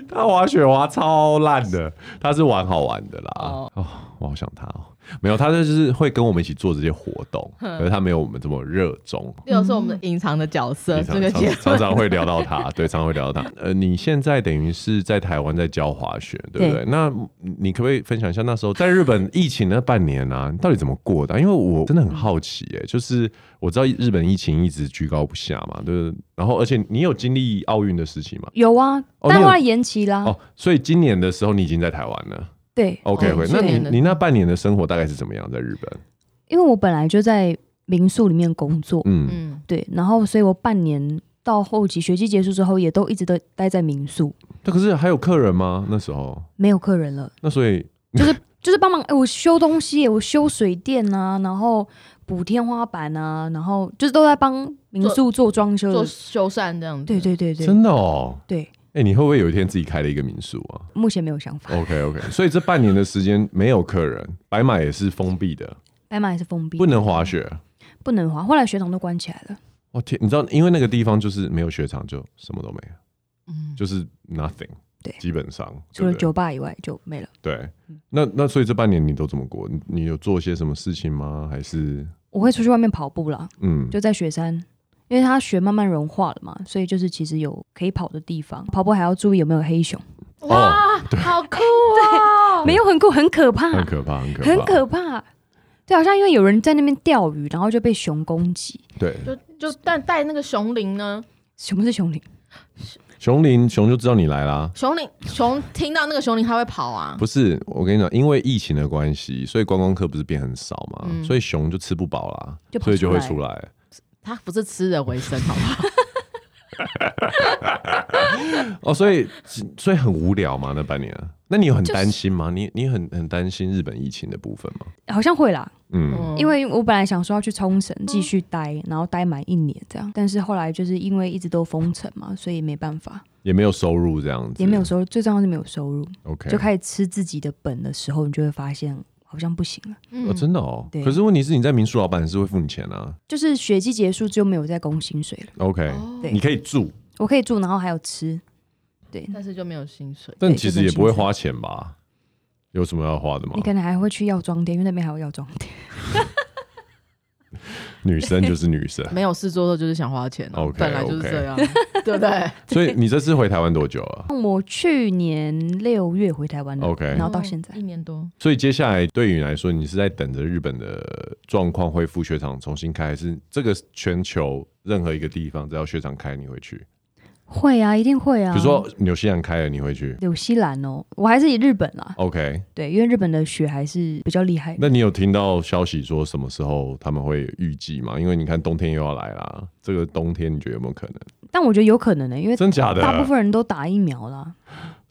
他滑雪滑超烂的，他是玩好玩的啦。哦
哦
我好想他哦。没有，他就是会跟我们一起做这些活动，可是他没有我们这么热衷。
六是我
嗯
们的隐藏的角色，
平常
这个
常
节
常常会聊到他，对，常常会聊到他。呃，你现在等于是在台湾在教滑雪，对不对？
对
那你可不可以分享一下那时候在日本疫情那半年啊，你到底怎么过的啊、因为我真的很好奇、耶，就是我知道日本疫情一直居高不下嘛，对不对？然后而且你有经历奥运的事情吗？
有啊，
哦
但
你有
后来延期啦。
哦，所以今年的时候你已经在台湾了。
对，
OK，、
哦
o
去
那
年
你
的
你那半年的生活大概是怎么样在日本？
因为我本来就在民宿里面工作，
嗯，
嗯，
对，然后所以我半年到后期学期结束之后，也都一直都待在民宿，
那可是还有客人吗？那时候，
没有客人了，
那所以
就是就是帮忙，哎、我修东西，我修水电啊，然后补天花板啊，然后就是都在帮民宿做装修
嗯做
的。
修缮这样子。
对对对对
真的哦。
对，
哎、你会不会有一天自己开了一个民宿啊
目前没有想法。
？OK OK，所以这半年的时间没有客人，白马也是封闭的，
白马也是封闭，
不能嗯滑，雪。
不能滑。后来雪场都关起来了。
我、天，你知道，因为那个地方就是没有雪场，就什么都没有，
嗯，
就是 nothing，
对
基本上
除
对不
了嗯
对
酒吧以外就没了。
对，那那所以这半年你都怎么过？你你有做些什么事情吗？还是
我会出去外面跑步啦，
嗯，
就在雪山，因为它雪慢慢融化了嘛，所以就是其实有可以跑的地方。跑步还要注意有没有黑熊，
哇，好酷哦！
没有很酷，很可怕，
很可怕，很可怕，
很可怕。对，好像因为有人在那边钓鱼，然后就被熊攻击。
对。
就就但带那个熊铃呢？
什么是熊铃？
熊林熊就知道你来啦。
熊铃熊听到那个熊铃，它会跑啊。
不是，我跟你讲，因为疫情的关系，所以观光客不是变很少嘛，
嗯
所以熊就吃不饱啦，
就跑
所以就会
出
出来。
它不是吃人为生，好不好？
哦，所以所以很无聊嘛，那半年、那你有很
就是
担心吗？你你很很担心日本疫情的部分吗？
好像会啦，
嗯，
嗯
因为我本来想说要去冲绳
哦
继续待，然后待满一年这样，但是后来就是因为一直都封城嘛，所以没办法，
也没有收入这样子，
也没有收入，最重要是没有收入，
OK，哦
就开始吃自己的本的时候，你就会发现好像不行了。
哦，真的哦。
嗯对
可是问题是，你在民宿老板是会付你钱啊。
就是学期结束就没有再供薪水了，
OK，、
哦对
你可以住，
我可以住，然后还有吃，对，
但是就没有薪水。。
但
对
其
就
实
是
也不会
薪水
花钱吧？有什么要花的吗
你？可能还会去药妆店，因为那边还有药妆店。
女生就是女 生
没有事做的就是想花钱啊、
OK，
本来就是这样， 对不 对？
所以你这次回台湾多久啊？
我去年六月回台湾的
OK
然后哦到现在
嗯一年多，
所以接下来对于你来说，你是在等着日本的状况恢复，雪场重新开，还是这个全球任何一个地方只要雪场开你会去？
会啊，一定会啊。
比如说纽西兰开了你会去
纽西兰哦，我还是以日本啦，
？OK，
对，因为日本的雪还是比较厉害的。
那你有听到消息说什么时候他们会预计吗？因为你看冬天又要来啦，这个冬天你觉得有没有可能？
但我觉得有可能呢、因为
真假的？啊
大部分人都打疫苗啦，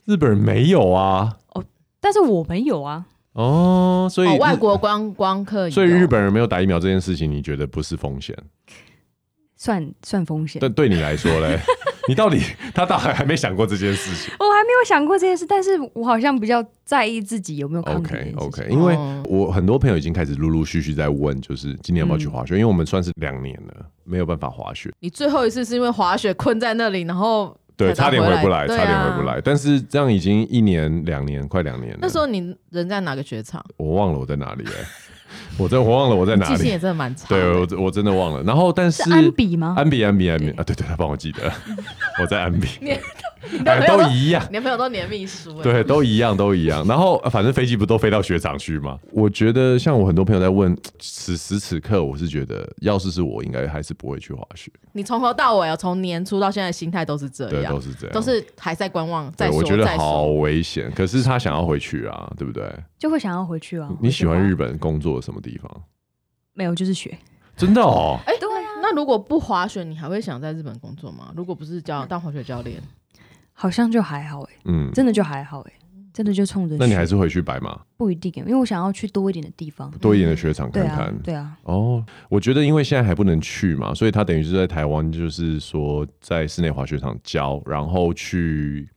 日本人没有啊。
但是我没有啊，
哦，所以
哦，
日
外国观光客也有，
所以日本人没有打疫苗这件事情，你觉得不是风险？
算算风险。
但对你来说嘞，你到底 他大概还没想过这件事情
我还没有想过这件事，但是我好像比较在意自己有没有抗体这件
？OK
事情。
OK，因为
哦
我很多朋友已经开始陆陆续续在问，就是今年要不要去滑雪？因为我们算是两年了，没有办法滑雪，
你最后一次是因为滑雪困在那里，然后
对，差
才
点
回
回不
来
来，
对
差点
啊
回不来。但是这样已经一年、两年，快两年了。
那时候你人在哪个雪场？
我忘了我在哪里了，我真我忘了我在哪
记性
里
也。真的蛮差的。
对，我我真的忘了。然后，但是
是安比吗？
安比安比安比
对
啊，对对，他帮我记 得，我在安比
你，
哎都一样。
你的朋友都年秘书哎，
对，都一样，都一样。然后呃反正飞机不都飞到雪场去吗？我觉得像我很多朋友在问，此时此刻我是觉得，要是是我，应该还是不会去滑雪。
你从头到尾啊，从年初到现在心态都是这
对，
样
都，是这样，
都是还在观望，
对
再，说
我觉得
再
好
说。
危险。可是他想要回去啊，对不对？
就会想要回去啊。
你喜欢
回去
日
滑？
本工作的什么地方？
没有，就是雪。
真的哦，
哎，
对啊
那如果不滑雪，你还会想在日本工作吗？如果不是教当滑雪教练，
好像就还好哎、
嗯，
真的就还好哎、真的就冲着
那你
雪
还是回去白马，
不一定、欸，因为我想要去多一点的地方。
多一点的雪场
对
看
啊
看。，
对啊，
哦，我觉得因为现在还不能去嘛，所以他等于是在台湾，就是说在室内滑雪场教，然后去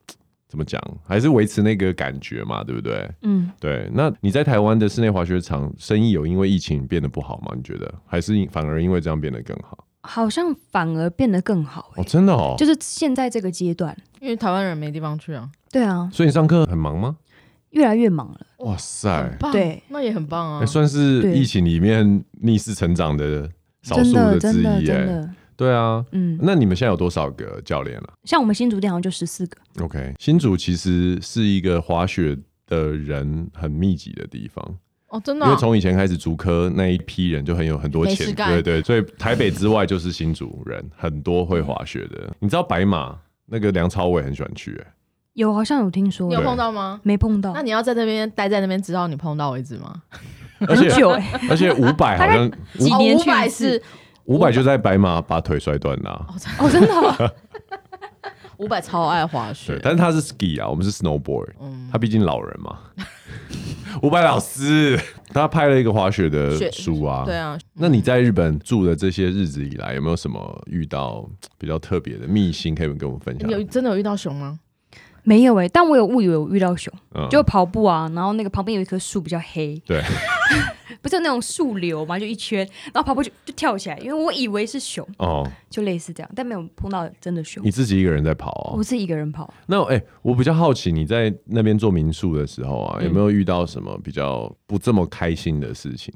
怎么讲，还是维持那个感觉嘛，对不对？
嗯，
对。那你在台湾的室内滑雪场生意有因为疫情变得不好吗？你觉得还是因反而因为这样变得更好？
好像反而变得更好哎、
哦，真的哦。
就是现在这个阶段，
因为台湾人没地方去啊，
对啊，
所以你上课很忙吗？
越来越忙了。
哇塞，
很棒，
对，
那也很棒
哎
啊。
算是
嗯对
疫情里面逆势成长的少
真
数
的，
之
真的，
一
真
哎。
的，
对啊，
嗯，
那你们现在有多少个教练了？
像我们新竹店好像就十四个，
OK，新竹其实是一个滑雪的人很密集的地方，
哦，真的
因
啊
为从以前开始，竹科那一批人就很有很多
没
钱
事，干
对对，所以台北之外就是新竹人很多会滑雪
嗯
的。你知道白马那个梁朝伟很喜欢去、欸，
有好像有听说
你有
对
碰到吗？
没碰到
那，你要在那边待在那边，直到你碰到为止吗？哦
而且
很久 哎、
而且伍佰好 像
几年去
百
一
是
次
伍佰就在白马把腿摔断了啊、
哦，真的哦、
五百超爱滑
对
雪，，
但是他是 ski 啊，我们是 snowboard，
嗯
他毕竟老人嘛。 伍佰老师，他拍了一个滑雪的
雪
书啊。
对啊，
那你在日本住的这些日子以来，有没有什么遇到比较特别的秘辛可以跟我们分享
你？有真的有遇到熊吗？
没有哎、但我有误以为我遇到熊，
嗯
就跑步啊，然后那个旁边有一棵树比较黑，
对，
不是有那种树瘤嘛，就一圈，然后跑步就就跳起来，因为我以为是熊，
哦，
就类似这样，但没有碰到真的熊
你。自己一个人在跑、
我
哦？
是一个人跑，
那哎、我比较好奇，你在那边做民宿的时候啊，有没有遇到什么比较不这么开心的事情？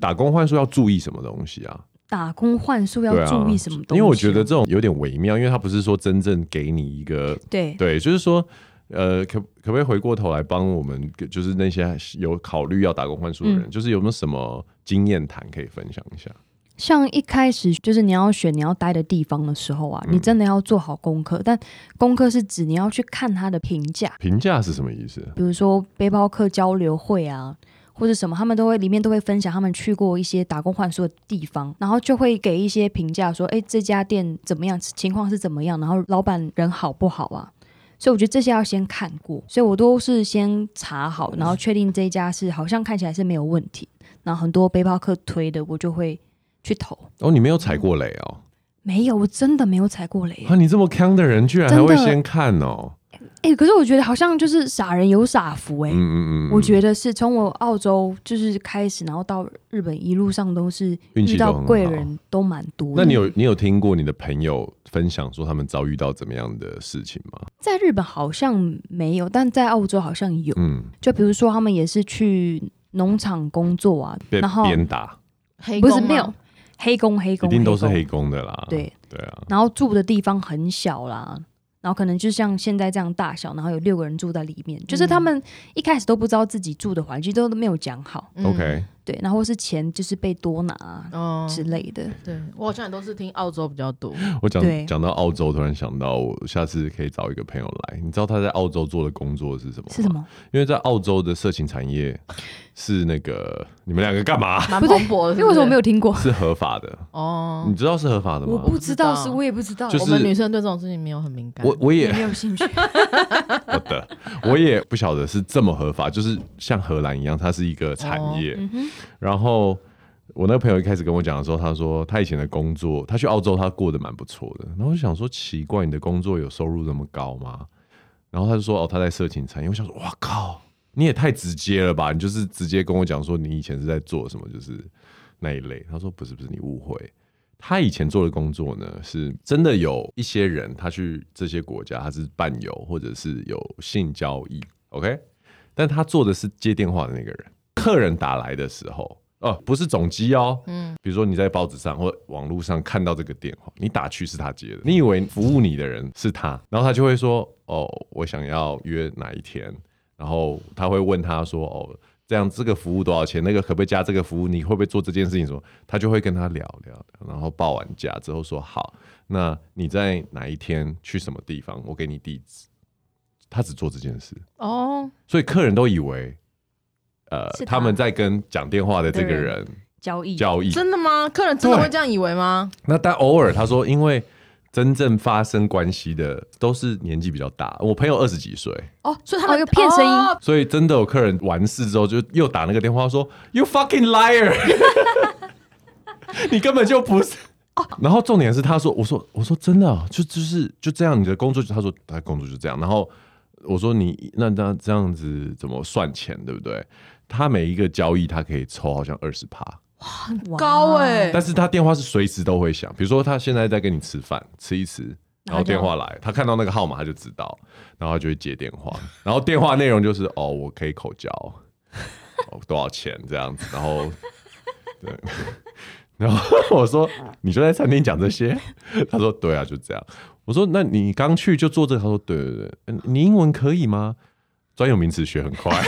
打工换宿要注意什么东西啊？
打工换宿要
对啊
注意什么东
因
西啊、
为我觉得这种有点微妙，因为它不是说真正给你一个
对
对，就是说，呃，可可不可以回过头来帮我们，就是那些有考虑要打工换宿的人，
嗯
就是有没有什么经验谈可以分享一下？
像一开始就是你要选你要待的地方的时候
嗯
啊，你真的要做好功课。但功课是指你要去看它的评价，
评价是什么意思？
比如说背包客交流会啊，或者什么，他们都会里面都会分享他们去过一些打工换宿的地方，然后就会给一些评价说，哎，这家店怎么样，情况是怎么样，然后老板人好不好啊？所以我觉得这些要先看过，所以我都是先查好，然后确定这一家是好像看起来是没有问题，然后很多背包客推的，我就会去投。
哦，你没有踩过雷哦，
没有，我真的没有踩过雷。
啊，你这么坑的人，居然还
真
会
的
先看哦，
哎、可是我觉得好像就是傻人有傻福哎、
嗯嗯嗯，
我觉
得
得是从我澳洲就是开始，然后到日本一路上都是
运气
遇
都
到
很
贵
好
人都蛮多的。
那你有你有听过你的朋友分享说他们遭遇到怎么样的事情吗？
在日本好像没有，但在澳洲好像有。
嗯，
就比如说他们也是去农场工作啊，
被
然后
鞭打，
黑
不
工
是
吗
没有黑工黑工，
一定都是
工
黑工的啦。
对，
对啊，
然后住的地方很小啦，然后可能就像现在这样大小，然后有六个人住在里面，就是
嗯
他们一开始都不知道自己住的环境，都没有讲好，
嗯
OK，
对，然后或是钱就是被多拿啊
哦，
之类的，
对我好像也都是听澳洲比较 多，
我讲
对
讲到澳洲，突然想到我下次可以找一个朋友来，你知道他在澳洲做的工作是什么？
是什？么？
因为在澳洲的色情产业是那个你们两个干嘛？
蛮
不
蓬
对
勃的。
因为为什么没
有？
有听过？
是合法的，
哦
你，知道是合法的
我
吗？
不知道，
不知
是
道
我也不知道，
就是
我们女生对这种事情没有很敏感。
我我
也
也
没有兴趣。
我的我也不晓得是这么合法，就是像荷兰一样，它是一个产业。
嗯哼，
然后我那个朋友一开始跟我讲的时候，他说他以前的工作，他去澳洲他过得蛮不错的。然后我就想说，奇怪，你的工作有收入这么高吗？然后他就说，哦，他在色情产业。我想说，哇靠，你也太直接了吧！你就是直接跟我讲说你以前是在做什么，就是那一类。他说不是不是，你误会。他以前做的工作呢，是真的有一些人，他去这些国家，他是伴游或者是有性交易，OK？但他做的是接电话的那个人。客人打来的时候，哦、不是总机哦，嗯，比如说你在报纸上或网络上看到这个电话，你打去是他接的，你以为服务你的人是他，然后他就会说，哦，我想要约哪一天，然后他会问他说，哦，这样这个服务多少钱？那个可不可以加这个服务？你会不会做这件事情？什么？他就会跟他聊聊，聊然后报完价之后说，好，那你在哪一天去什么地方？我给你地址。他只做这件事，
哦，
所以客人都以为，呃，
是他
他们在跟讲电话的这个人
交 易
交易。
真的吗？客人真的
对
会这样以为吗？
那但偶尔他说，因为真正发生关系的都是年纪比较大，我朋友二十几岁，
哦，所以他
哦，
们
有骗声音，
哦
所以真的有客人完事之后就又打那个电话说 “You fucking liar”，你根本就不是。然后重点是他说，我说我说真的啊、就就是就这样，你的工作就他说他的工作就这样。然后我说你那那这样子怎么算钱，对不对？他每一个交易他可以抽好像二十趴，
哇
高哎
但是他电话是随时都会响，比如说他现在在跟你吃饭，吃一吃，然后电话来，他看到那个号码他就知道，然后他就会接电话，然后电话内容就是哦，我可以口 交，哦多少钱这样子，然后对， 然后我说你就在餐厅讲这些， 他说对啊，就这样。我说那你刚去就做这个，他说对对对，嗯你英文可以吗？专有名词学很快。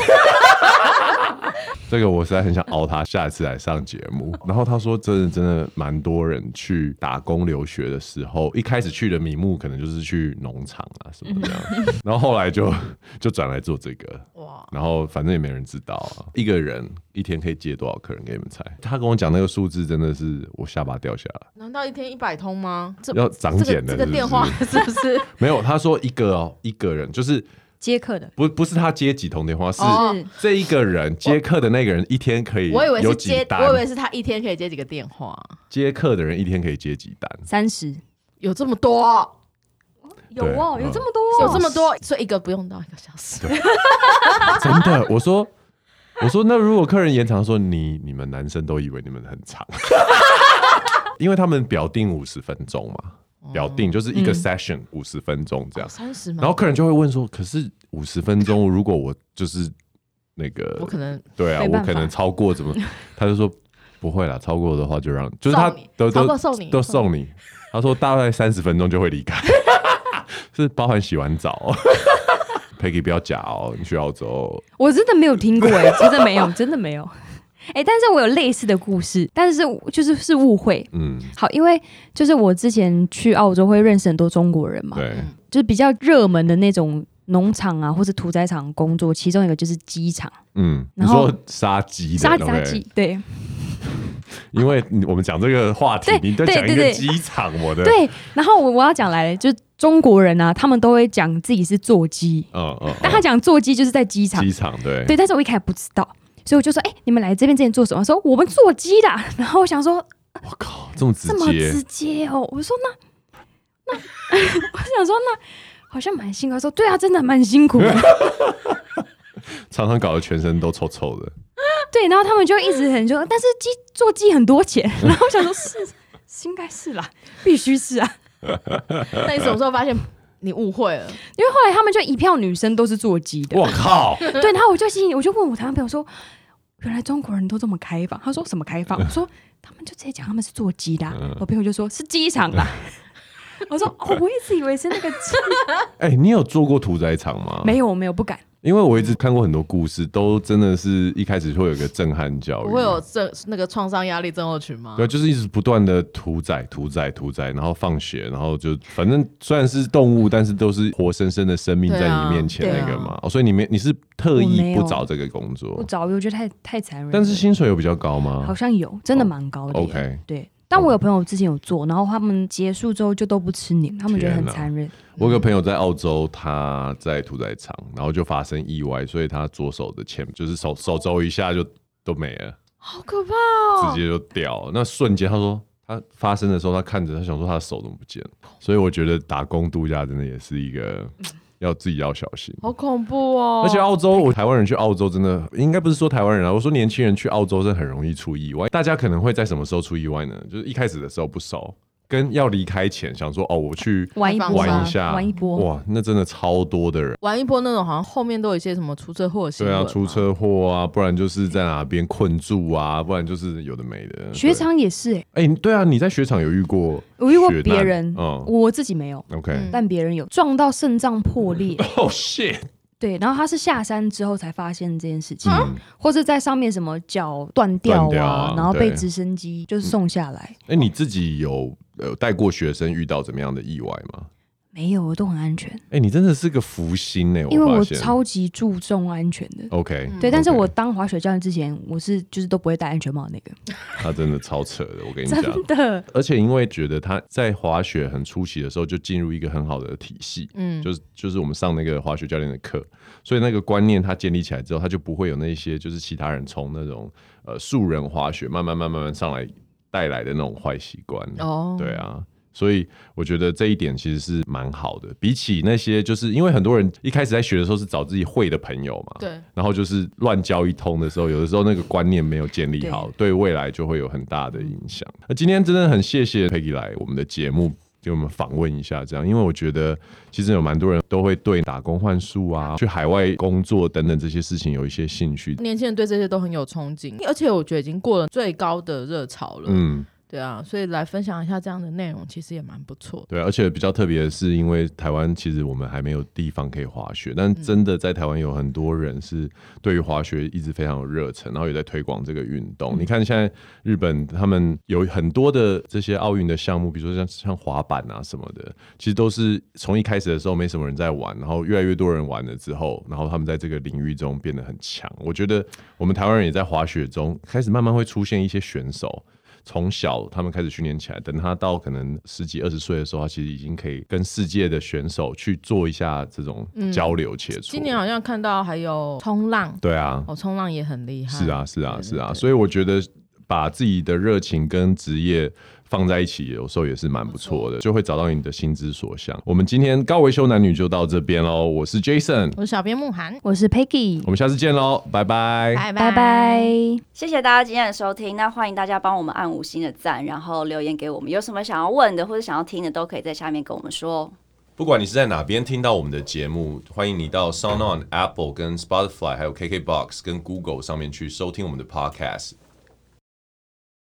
这个我实在很想熬他下一次来上节 目。然后他说，真的真的蛮多人去打工留学的时候，一开始去的名目可能就是去农场啊什么这 样，然后后来就就转来做这个。
哇，
然后反正也没人知道啊，一个人一天可以接多少客人给你们猜？他跟我讲那个数字真的是我下巴掉下来，
难道一天一百通吗？这
要长
这
茧
个
的
这个
呃是不
电话
是
是不是？
没有，他说一个哦，一个人就是
接客的，
不不是他接几通电话，是
哦
是
这一个人接客的那个人一天可以
我以为
有
是
几
接，
单，
我以为是他一天可以接几个电话，
接客的人一天可以接几单，
三十，
有这么多，
有哦，
嗯
有这么多，
有这么多，所以一个不用到一个小时。
真的，我说。我说，那如果客人延长说你你们男生都以为你们很长， 因为他们表定五十分钟嘛，表定就是一个
嗯
session 五十分钟 这样，
哦三十吗？
然后客人就会问说，可是五十分钟如果我就是那个
我可能
对啊，
没
我
办法
可能超过怎么？他就说不会啦，超过的话就让，就是他
送你
都
超
都
过送你
都送
哦
你。他说大概三十分钟就会离开， 是包含洗完澡、 哦。Peggy 不要假哦，你去澳洲
我真的没有 听过哎、真的没有，真的没有。 哎、但是我有类似的故事，但是我就是是误会。
嗯，
好，因为就是我之前去澳洲会认识很多中国人嘛，
对，
就是比较热门的那种农场啊或者屠宰场工作，其中一个就是鸡场
嗯，你
然后
说杀鸡的，
杀
对不
杀
对
鸡，对
因为你我们讲这个话题
对，
你在
对
讲一
对
个
对
鸡场，我的，
对。然后我我要讲来了，就是中国人啊，他们都会讲自己是做鸡，
嗯嗯，
但他讲做鸡就是在鸡场
嗯，鸡场对，
对，但是我一开始不知道，所以我就说，哎、你们来这边之前做什么？他说我们做鸡的啊。然后我想说，
我靠，这么直
这么
接，
直接哦！我说那 那，我想说那好像蛮辛苦。他说对啊，真的蛮辛苦的。
常常搞得全身都臭臭的，
对，然后他们就一直很说，但是鸡做鸡很多钱。然后我想说是 是应该是啦，必须是啊。
那你什么时候发现你误会了？
因为后来他们就一票女生都是做鸡的，
我靠，
对。然后我就心里我就问我台湾朋友说，原来中国人都这么开放。他说什么开 放？我说他们就直接讲他们是做鸡的啊、
嗯
我朋友就说是鸡场啦。 我说哦，我一直以为是那 个鸡，
哎，你有做过屠宰场吗？
没有，我没有不敢。
因为我一直看过很多故事，都真的是一开始会有一个震撼教育，
我会有这那个创伤压力症候群
啊
吗？
对，就是一直不断的屠宰、屠宰、屠宰，然后放血，然后就反正虽然是动物，但是都是活生生的生命在
对啊
你面前
对
那
啊
个嘛。哦，所以你没你是特
我没
意
有
不找这个工
不
作，
找，我觉得太太残忍了。
但是薪水有比较高
好
吗？
像有，真的蛮高的耶。
OK 哦
对。但我有朋友之前有做，然后他们结束之后就都不吃你，他们觉得很
天哪
残忍。
我有个朋友在澳洲，他在屠宰场，然后就发生意外，所以他左手的前就是手手肘一下就都没了。
好可怕哦！
直接就掉了。那瞬间，他说他发生的时候，他看着他想说他的手怎么不见了。所以我觉得打工度假真的也是一个要自己要小心。
好恐怖嗯哦！
而且澳洲，我台湾人去澳洲真的应该不是说台湾人啊，我说年轻人去澳洲是很容易出意外。大家可能会在什么时候出意外呢？就是一开始的时候不熟，跟要离开前想说哦，我去
玩一
放
波，啊
松啊
玩一下，
玩一波。
哇，那真的超多的人。
玩一波那种，好像后面都有一些什么出车祸的新
对
闻
啊，
嘛。
出车祸啊，不然就是在哪边困住啊，不然就是有的没的。
学长也是、欸，
哎、对啊，你在雪场有遇过？
我遇过别人，
嗯
欸我自己没有，
，OK，
嗯
但别人有撞到肾脏破裂。
哦、shit，
对，然后他是下山之后才发现这件事情，
嗯，
或是在上面什么脚断掉啊，
断掉啊
然后被
对
直升机就是送下来。
哎、你自己有呃带过学生遇到怎么样的意外吗？
没有，我都很安全，
哎、你真的是个福星呢、
因
嗯
为
我
我
发现
超级注重安全的。
OK，
对，但是
OK
我当滑雪教练之前，我是就是都不会戴安全帽的那个，
他真的超扯的，我跟你讲。
真的。
而且因为觉得他在滑雪很出奇的时候，就进入一个很好的体系，
嗯，
就是就是我们上那个滑雪教练的课，所以那个观念他建立起来之后，他就不会有那些就是其他人从那种呃素人滑雪慢慢慢慢慢上来带来的那种坏习惯。
哦，
对啊，所以我觉得这一点其实是蛮好的，比起那些就是因为很多人一开始在学的时候是找自己会的朋友嘛，
对，
然后就是乱交一通的时候，有的时候那个观念没有建立好，对未来就会有很大的影响。那今天真的很谢谢 Peggy 来我们的节目。给我们访问一下，这样，因为我觉得其实有蛮多人都会对打工换宿啊、去海外工作等等这些事情有一些兴趣。
年轻人对这些都很有憧憬，而且我觉得已经过了最高的热潮了。
嗯，
对啊，所以来分享一下这样的内容，其实也蛮不错的。
对，而且比较特别的是，因为台湾其实我们还没有地方可以滑雪，但真的在台湾有很多人是对于滑雪一直非常有热忱，然后也在推广这个运动。
嗯
你看现在日本他们有很多的这些奥运的项目，比如说像像滑板啊什么的，其实都是从一开始的时候没什么人在玩，然后越来越多人玩了之后，然后他们在这个领域中变得很强。我觉得我们台湾人也在滑雪中开始慢慢会出现一些选手。从小他们开始训练起来，等他到可能十几二十岁的时候，他其实已经可以跟世界的选手去做一下这种交流切磋。
嗯今年好像看到还有冲浪，
对啊，
哦，冲浪也很厉害。
是啊，是啊，
对
是啊，
对
所以我觉得把自己的热情跟职业放在一起，有时候也是蛮不错的，就会找到你的心之所向。我们今天高维修男女就到这边喽，我是 Jason，
我是小编慕寒，
我是 Peggy，
我们下次见喽，拜拜。
哎拜拜。
谢谢大家今天的收听，那欢迎大家帮我们按五星的赞，然后留言给我们，有什么想要问的或者想要听的，都可以在下面跟我们说哦。
不管你是在哪边听到我们的节目，欢迎你到 SoundOn、Apple、跟 Spotify、还有 KKBox、跟 Google 上面去收听我们的 Podcast。